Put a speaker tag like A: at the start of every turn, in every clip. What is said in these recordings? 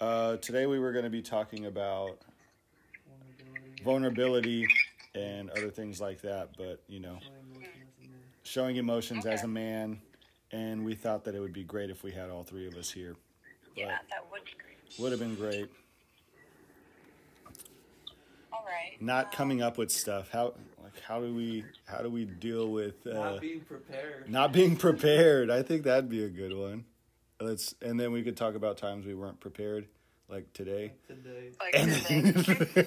A: Uh, today we were going to be talking about vulnerability and other things like that, but you know, showing emotions as a man. And we thought that it would be great if we had all three of us here.
B: Yeah, that would be great.
A: Would have been great.
B: All right.
A: Not coming up with stuff. How like how do we how do we deal with uh,
C: Not being prepared.
A: not being prepared? I think that'd be a good one. Let's and then we could talk about times we weren't prepared, like today.
C: Today.
B: Like today.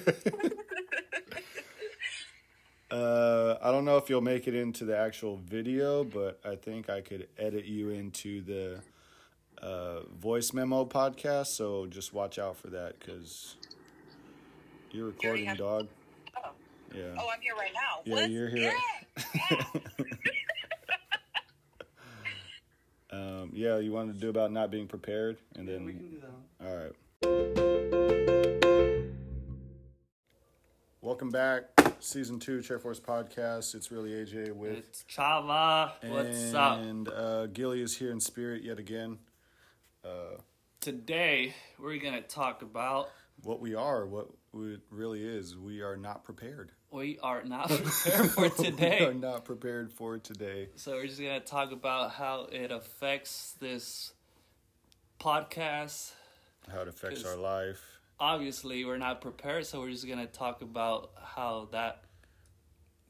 A: uh, I don't know if you'll make it into the actual video, but I think I could edit you into the uh, voice memo podcast. So just watch out for that because you're recording,
B: have-
A: dog.
B: Oh.
A: Yeah.
B: oh, I'm here right now.
A: Yeah,
B: What?
A: you're here.
B: Yeah.
A: um, yeah, you wanted to do about not being prepared, and
C: Yeah, we
A: then
C: can do that. one.
A: all right. Welcome back, season two, Chair Force Podcast. It's really AJ with
C: It's Chava. What's up?
A: And uh, Gilly is here in spirit yet again.
C: Today we're gonna talk about
A: What we are, what it really is, we are not prepared.
C: we are not prepared for
A: we are
C: today.
A: not prepared for today.
C: So we're just gonna talk about how it affects this podcast.
A: How it affects
C: Cause-
A: our life.
C: Obviously, we're not prepared, so we're just gonna talk about how that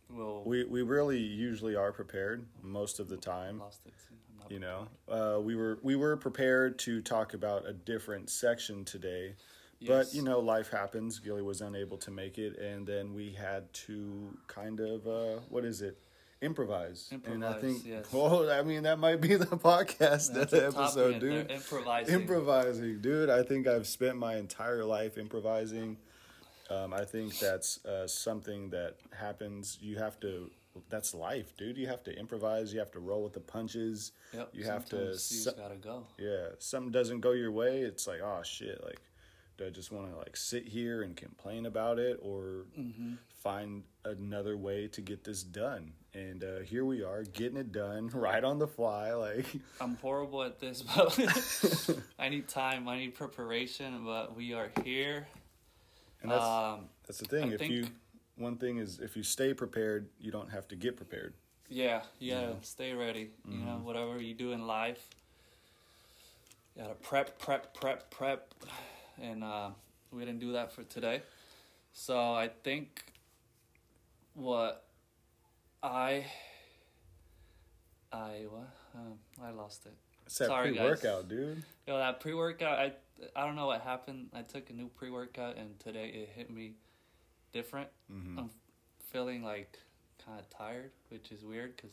C: will.
A: We we really usually are prepared most of the time.
C: lost it. I'm not
A: You know, uh, we were we were prepared to talk about a different section today,
C: Yes.
A: but you know, life happens. Gilly was unable to make it, and then we had to kind of uh, what is it, improvise. and I
C: Improvise,
A: think,
C: yes.
A: well, I mean, that might be the podcast
C: That's
A: that
C: a topic
A: episode,
C: right there,
A: dude.
C: Improvising.
A: Improvising, dude. I think I've spent my entire life improvising. Um, I think that's uh, something that happens. You have to. That's life, dude. You have to improvise. You have to roll with the punches.
C: Yep,
A: You have to
C: sometimes You just
A: su-
C: gotta go.
A: Yeah, something doesn't go your way. It's like, oh shit. Like, do I just want to like sit here and complain about it, or
C: Mm-hmm.
A: find another way to get this done? And uh, here we are, getting it done right on the fly. Like,
C: I'm horrible at this, but I need time. I need preparation. But we are here.
A: and that's
C: Um,
A: That's the thing.
C: I
A: if
C: think-
A: you one thing is if you stay prepared, you don't have to get prepared.
C: yeah, you gotta stay ready. You know,
A: Mm-hmm.
C: whatever you do in life, you gotta prep, prep, prep, prep. And uh, we didn't do that for today. So I think what I I what um, I lost it.
A: It's that
C: Sorry,
A: pre workout, dude.
C: Yo, that pre workout, I I don't know what happened. I took a new pre workout and today it hit me different.
A: Mm-hmm.
C: I'm feeling like kind of tired, which is weird because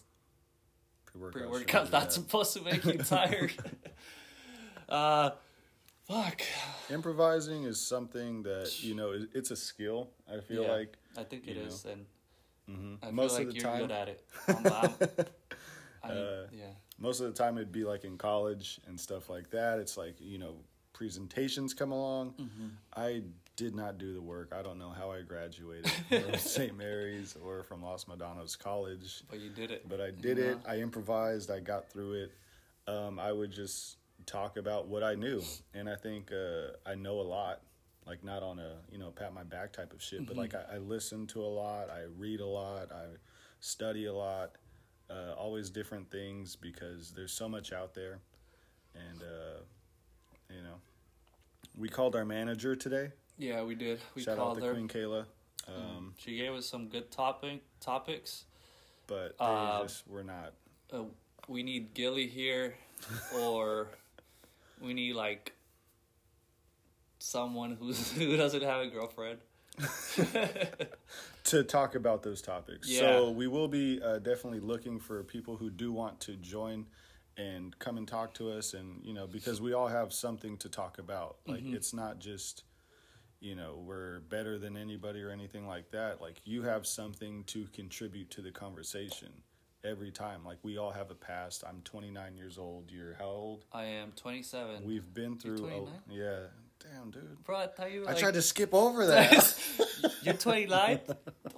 C: pre workout's not supposed to make you tired. uh, fuck.
A: improvising is something that you know it- it's a skill. I feel
C: Yeah,
A: like
C: I think
A: you
C: it
A: know, Mm-hmm.
C: is, and I feel
A: most of
C: like
A: the
C: you're
A: time-
C: good at it. I'm, I'm, I mean,
A: Uh,
C: yeah,
A: most of the time it'd be like in college and stuff like that. It's like you know presentations come along.
C: Mm-hmm.
A: I did not do the work. I don't know how I graduated from St. Mary's or from Los Madanos College.
C: but you did it.
A: but uh, I did it. I improvised. I got through it. Um, I would just talk about what I knew, and I think uh, I know a lot. Like not on a you know pat my back type of shit, but like
C: Mm-hmm.
A: I, I listen to a lot. I read a lot. I study a lot. Uh, always different things because there's so much out there, and uh, you know, we called our manager today.
C: Yeah, we did. We
A: Shout out
C: called
A: to
C: her. Mm-hmm.
A: Queen Kayla. Um,
C: She gave us some good topic topics.
A: but they
C: Uh,
A: just were not
C: uh, we need Gilly here, or we need like someone who's who doesn't have a girlfriend.
A: to talk about those topics.
C: Yeah.
A: So we will be uh, definitely looking for people who do want to join and come and talk to us, and you know, because we all have something to talk about. Like
C: Mm-hmm.
A: it's not just you know we're better than anybody or anything like that. Like you have something to contribute to the conversation every time. Like we all have a past. I'm 29 years old. You're how old?
C: I am 27.
A: We've been through. A,
C: 29?
A: yeah. Damn, dude.
C: Bro, I thought you were
A: I
C: like,
A: tried to skip over that.
C: you're 29.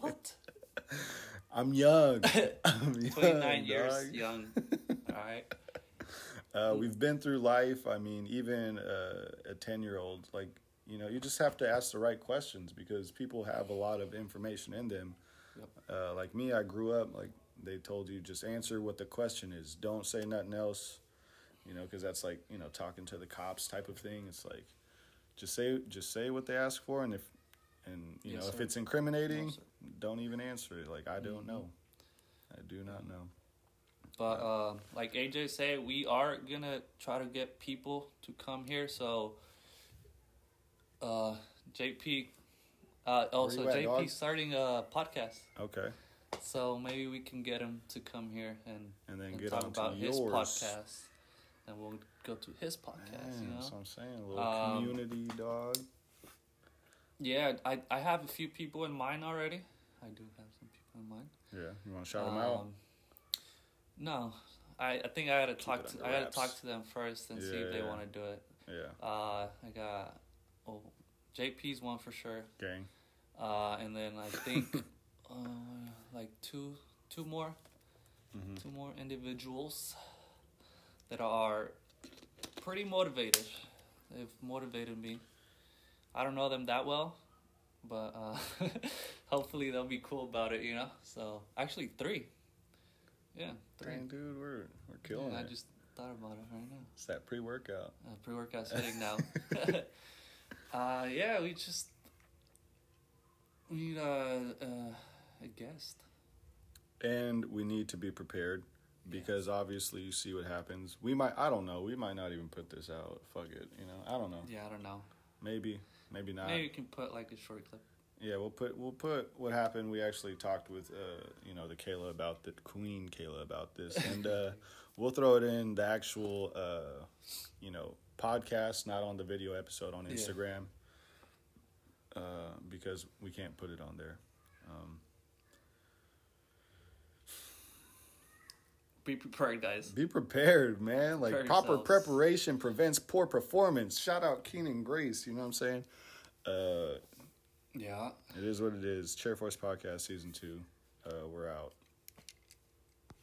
C: what?
A: I'm young. I'm young,
C: 29 years
A: dog.
C: young. All right.
A: Uh, we've been through life. I mean, even uh, a 10 year old, like, you know, you just have to ask the right questions because people have a lot of information in them.
C: Yep.
A: Uh, like me, I grew up, like, they told you just answer what the question is, don't say nothing else, you know, because that's like, you know, talking to the cops type of thing. It's like, just say just say what they ask for and if and you
C: Yes,
A: know if
C: sir.
A: it's incriminating
C: No, sir.
A: don't even answer it like i don't
C: Mm-hmm.
A: know i do not know
C: But um, like AJ said, we are gonna try to get people to come here. So, uh, JP, uh, also
A: you at,
C: JP
A: dog?
C: starting a podcast.
A: okay
C: So maybe we can get him to come here and
A: and then
C: and
A: get
C: talk
A: on
C: about
A: to yours
C: his podcast, and we'll go to his podcast.
A: Man,
C: you know,
A: that's what i'm saying a little
C: Um,
A: community dog
C: yeah, I I have a few people in mind already. I do have some people in mind.
A: yeah you want to shout them out
C: Um, No, I, I think I gotta talk
A: it
C: to
A: under
C: I gotta
A: wraps.
C: talk to them first and see if they
A: Yeah.
C: want to do it.
A: yeah
C: Uh, I got oh, JP's one for sure.
A: gang
C: Uh, and then I think uh, like two two more
A: Mhm.
C: two more individuals that are pretty motivated. They've motivated me. I don't know them that well, but uh, hopefully they'll be cool about it. You know. So actually three. Yeah, three.
A: dang dude we're we're
C: Yeah,
A: killing
C: I
A: it
C: just thought about it right now.
A: it's that pre-workout
C: Uh, pre-workout's hitting now. uh, yeah, we just need a, a, a guest.
A: and we need to be prepared because obviously you see what happens we might i don't know we might not even put this out fuck it you know i don't know
C: Yeah, I don't know.
A: maybe maybe not
C: Maybe you can put like a short clip.
A: Yeah, we'll put we'll put what happened. We actually talked with uh, you know the Kayla about the Queen Kayla about this, and uh, we'll throw it in the actual uh, you know podcast, not on the video episode on
C: Yeah.
A: Instagram, uh, because we can't put it on there. Um,
C: Be prepared, guys.
A: be prepared, man. Like
C: Prepare
A: proper
C: yourselves.
A: preparation prevents poor performance. Shout out Keenan Grace. You know what I'm saying? Uh,
C: Yeah.
A: it is what it is. Chair Force Podcast Season Two. Uh, we're out.